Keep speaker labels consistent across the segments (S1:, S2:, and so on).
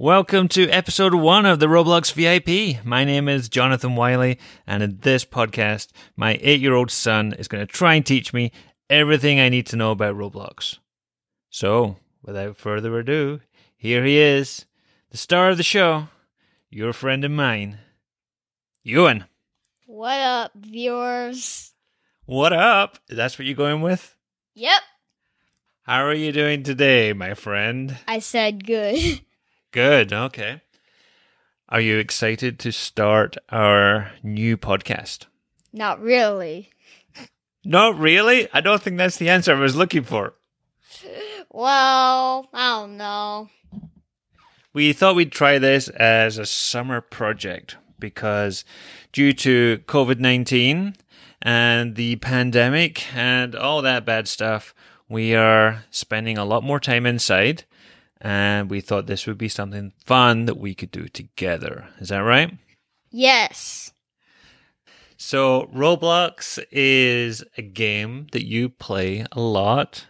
S1: Welcome to episode one of the Roblox VIP. My name is Jonathan Wiley, and in this podcast, my eight year old son is going to try and teach me everything I need to know about Roblox. So, without further ado, here he is, the star of the show, your friend and mine, Ewan.
S2: What up, viewers?
S1: What up? That's what you're going with?
S2: Yep,
S1: How are you doing today, my friend?
S2: I said good.
S1: Good. Okay. Are you excited to start our new podcast?
S2: Not really.
S1: Not really. I don't think that's the answer I was looking for.
S2: Well, I don't know.
S1: We thought we'd try this as a summer project because due to COVID 19 and the pandemic and all that bad stuff, we are spending a lot more time inside. And we thought this would be something fun that we could do together. Is that right?
S2: Yes,
S1: So, Roblox is a game that you play a lot.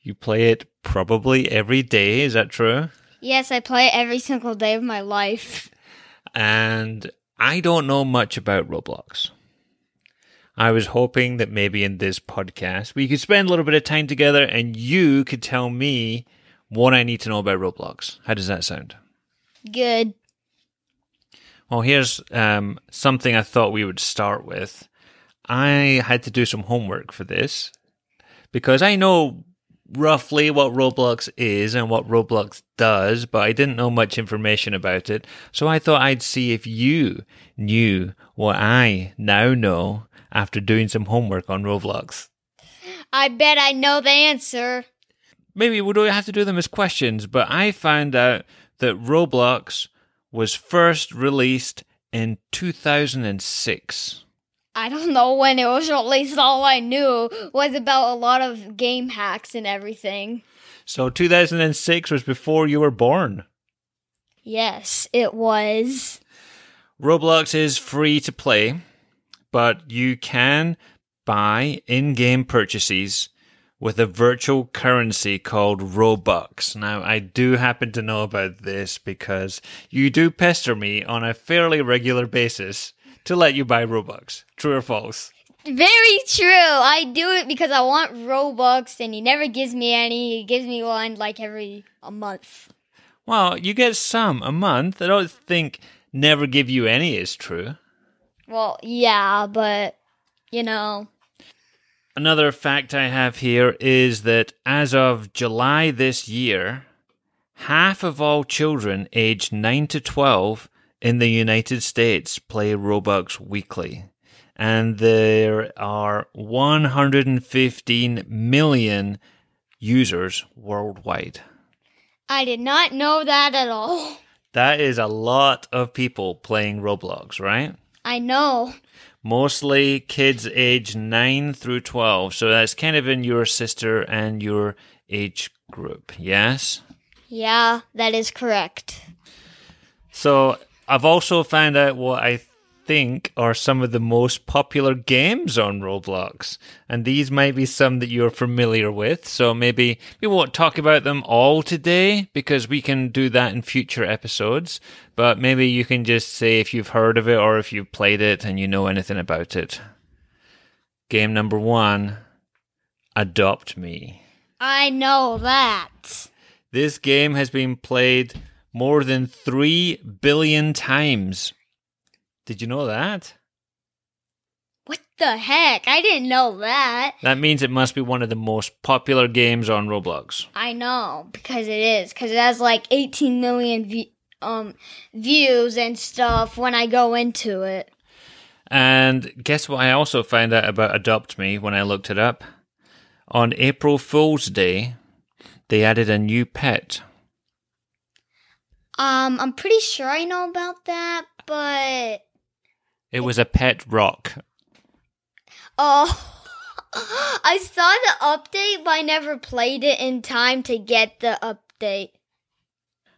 S1: You play it probably every day, is that true?
S2: yes, I play it every single day of my life.
S1: And I don't know much about Roblox. I was hoping that maybe in this podcast we could spend a little bit of time together and you could tell me what I need to know about Roblox. How does that sound?
S2: Good.
S1: Well, here's um, something I thought we would start with. I had to do some homework for this because I know roughly what Roblox is and what Roblox does, but I didn't know much information about it. So I thought I'd see if you knew what I now know after doing some homework on Roblox.
S2: I bet I know the answer.
S1: Maybe we don't have to do them as questions, but I found out that Roblox was first released in 2006.
S2: I don't know when it was released. All I knew was about a lot of game hacks and everything.
S1: So 2006 was before you were born.
S2: Yes, it was.
S1: Roblox is free to play, but you can buy in game purchases with a virtual currency called Robux. Now, I do happen to know about this because you do pester me on a fairly regular basis to let you buy Robux. True or false?
S2: Very true. I do it because I want Robux, and he never gives me any. He gives me one like every a month.
S1: Well, you get some a month. I don't think never give you any is true.
S2: Well, yeah, but you know,
S1: Another fact I have here is that as of July this year, half of all children aged 9 to 12 in the United States play Robux weekly. And there are 115 million users worldwide.
S2: I did not know that at all.
S1: That is a lot of people playing Roblox, right?
S2: I know.
S1: mostly kids age 9 through 12 so that's kind of in your sister and your age group yes
S2: Yeah, that is correct.
S1: so i've also found out what i think are some of the most popular games on roblox and these might be some that you're familiar with so maybe we won't talk about them all today because we can do that in future episodes but maybe you can just say if you've heard of it or if you've played it and you know anything about it Game number one Adopt Me.
S2: I know that.
S1: This game has been played more than 3 billion times. Did you know that?
S2: What the heck? I didn't know that.
S1: That means it must be one of the most popular games on Roblox.
S2: I know because it is because it has like 18 million vi- um views and stuff when I go into it.
S1: And guess what? I also found out about Adopt Me when I looked it up. On April Fool's Day, they added a new pet.
S2: Um, I'm pretty sure I know about that, but
S1: It was a pet rock.
S2: Oh, I saw the update, but I never played it in time to get the update.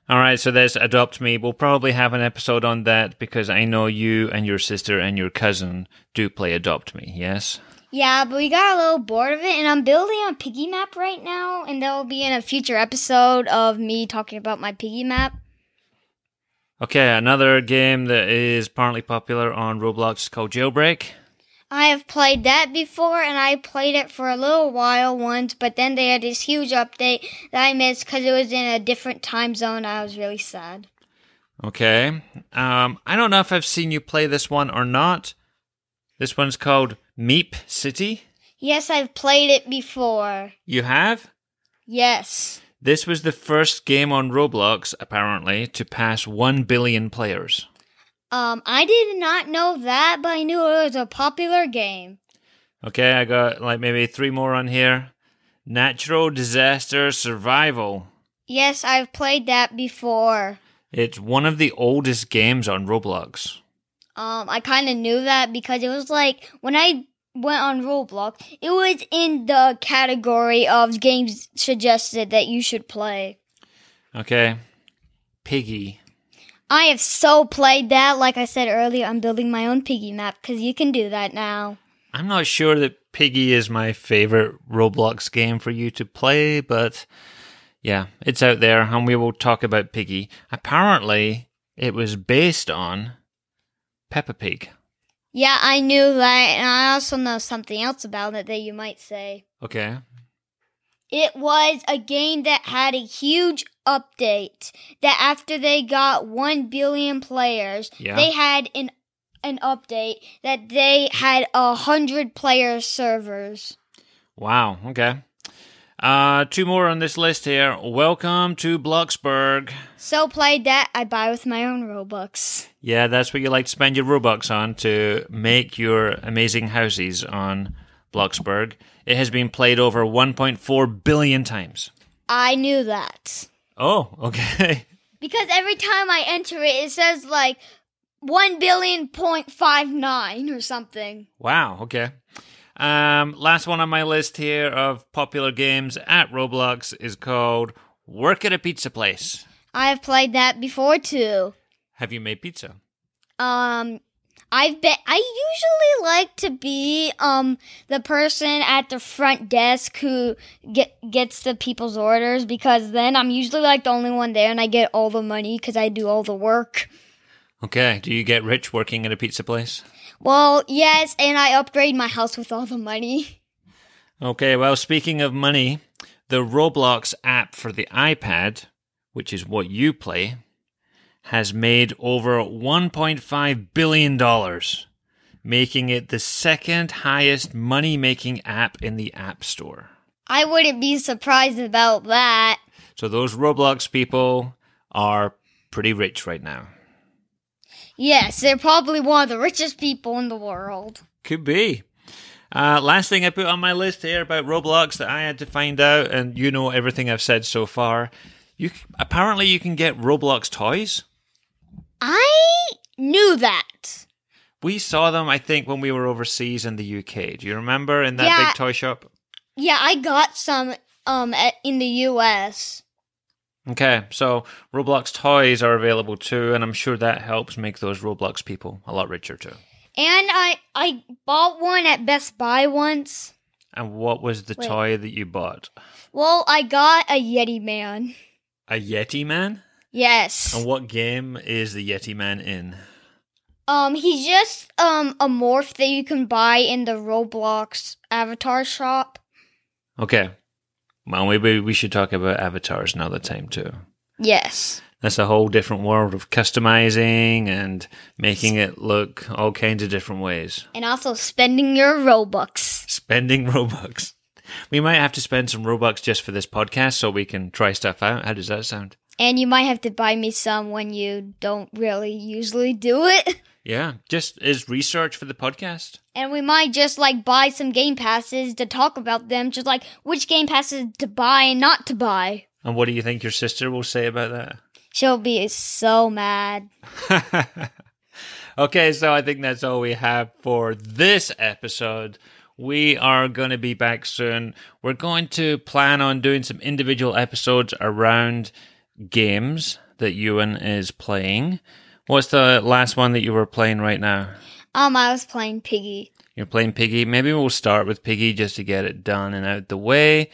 S1: All right, so there's Adopt Me. We'll probably have an episode on that because I know you and your sister and your cousin do play Adopt Me, yes?
S2: Yeah, but we got a little bored of it, and I'm building a piggy map right now, and that will be in a future episode of me talking about my piggy map.
S1: Okay, another game that is apparently popular on Roblox is called Jailbreak.
S2: I have played that before and I played it for a little while once, but then they had this huge update that I missed because it was in a different time zone. I was really sad.
S1: Okay. Um, I don't know if I've seen you play this one or not. This one's called Meep City.
S2: Yes, I've played it before.
S1: You have?
S2: Yes.
S1: This was the first game on Roblox, apparently, to pass 1 billion players.
S2: Um, I did not know that, but I knew it was a popular game.
S1: Okay, I got like maybe three more on here. Natural disaster survival.
S2: Yes, I've played that before.
S1: It's one of the oldest games on Roblox.
S2: Um, I kind of knew that because it was like when I went on Roblox, it was in the category of games suggested that you should play.
S1: Okay. Piggy.
S2: I have so played that. Like I said earlier, I'm building my own piggy map because you can do that now.
S1: I'm not sure that Piggy is my favorite Roblox game for you to play, but yeah, it's out there and we will talk about Piggy. Apparently, it was based on Peppa Pig.
S2: Yeah, I knew that, and I also know something else about it that you might say.
S1: Okay.
S2: It was a game that had a huge update that after they got 1 billion players,
S1: Yeah.
S2: they had an an update that they had a hundred player servers.
S1: Wow. Okay. Uh, two more on this list here. Welcome to Bloxburg.
S2: So played that I buy with my own Robux.
S1: Yeah, that's what you like to spend your Robux on to make your amazing houses on Bloxburg. It has been played over 1.4 billion times.
S2: I knew that.
S1: Oh, okay.
S2: Because every time I enter it it says like one billion point five nine or something.
S1: Wow. Okay. Um, last one on my list here of popular games at Roblox is called Work at a Pizza Place.
S2: I have played that before too.
S1: Have you made pizza?
S2: um I've been I usually like to be um the person at the front desk who get gets the people's orders because then I'm usually like the only one there and I get all the money cuz I do all the work.
S1: Okay. Do you get rich working at a pizza place?
S2: Well, yes, and I upgrade my house with all the money.
S1: Okay, well, speaking of money, the Roblox app for the iPad, which is what you play, has made over $1.5 billion, making it the second highest money making app in the App Store.
S2: I wouldn't be surprised about that.
S1: So those Roblox people are pretty rich right now.
S2: Yes, they're probably one of the richest people in the world.
S1: Could be. Uh, last thing I put on my list here about Roblox that I had to find out, and you know everything I've said so far. You c- apparently you can get Roblox toys.
S2: I knew that.
S1: We saw them, I think, when we were overseas in the UK. Do you remember in that
S2: Yeah.
S1: big toy shop?
S2: Yeah, I got some um at, in the US.
S1: Okay, so Roblox toys are available too, and I'm sure that helps make those Roblox people a lot richer too.
S2: And I I bought one at Best Buy once.
S1: And what was the
S2: Wait.
S1: toy that you bought?
S2: Well, I got a Yeti man.
S1: A Yeti Man?
S2: Yes.
S1: And what game is the Yeti Man in?
S2: Um he's just um a morph that you can buy in the Roblox avatar shop.
S1: Okay. Well, maybe we should talk about avatars another time too.
S2: Yes.
S1: That's a whole different world of customizing and making it look all kinds of different ways.
S2: And also spending your Robux.
S1: Spending Robux. We might have to spend some Robux just for this podcast so we can try stuff out. How does that sound?
S2: And you might have to buy me some when you don't really usually do it.
S1: Yeah, just as research for the podcast.
S2: And we might just like buy some game passes to talk about them, just like which game passes to buy and not to buy.
S1: And what do you think your sister will say about
S2: She'll be so mad.
S1: that? okay, so I think that's all we have for this episode. We are going to be back soon. We're going to plan on doing some individual episodes around games that Ewan is playing. What's the last one that you were playing right now?
S2: Um, I was playing Piggy.
S1: You're playing Piggy. Maybe we'll start with Piggy just to get it done and out the way.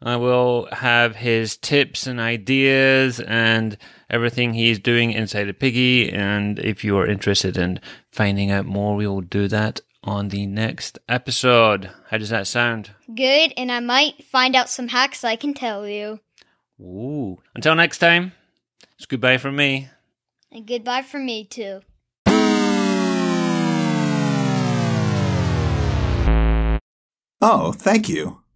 S1: I will have his tips and ideas and everything he's doing inside of Piggy. And if you are interested in finding out more, we will do that on the next episode. How does that sound?
S2: Good, and I might find out some hacks I can tell you.
S1: Ooh. Until next time, it's goodbye from me.
S2: And goodbye from me, too.
S3: Oh, thank you.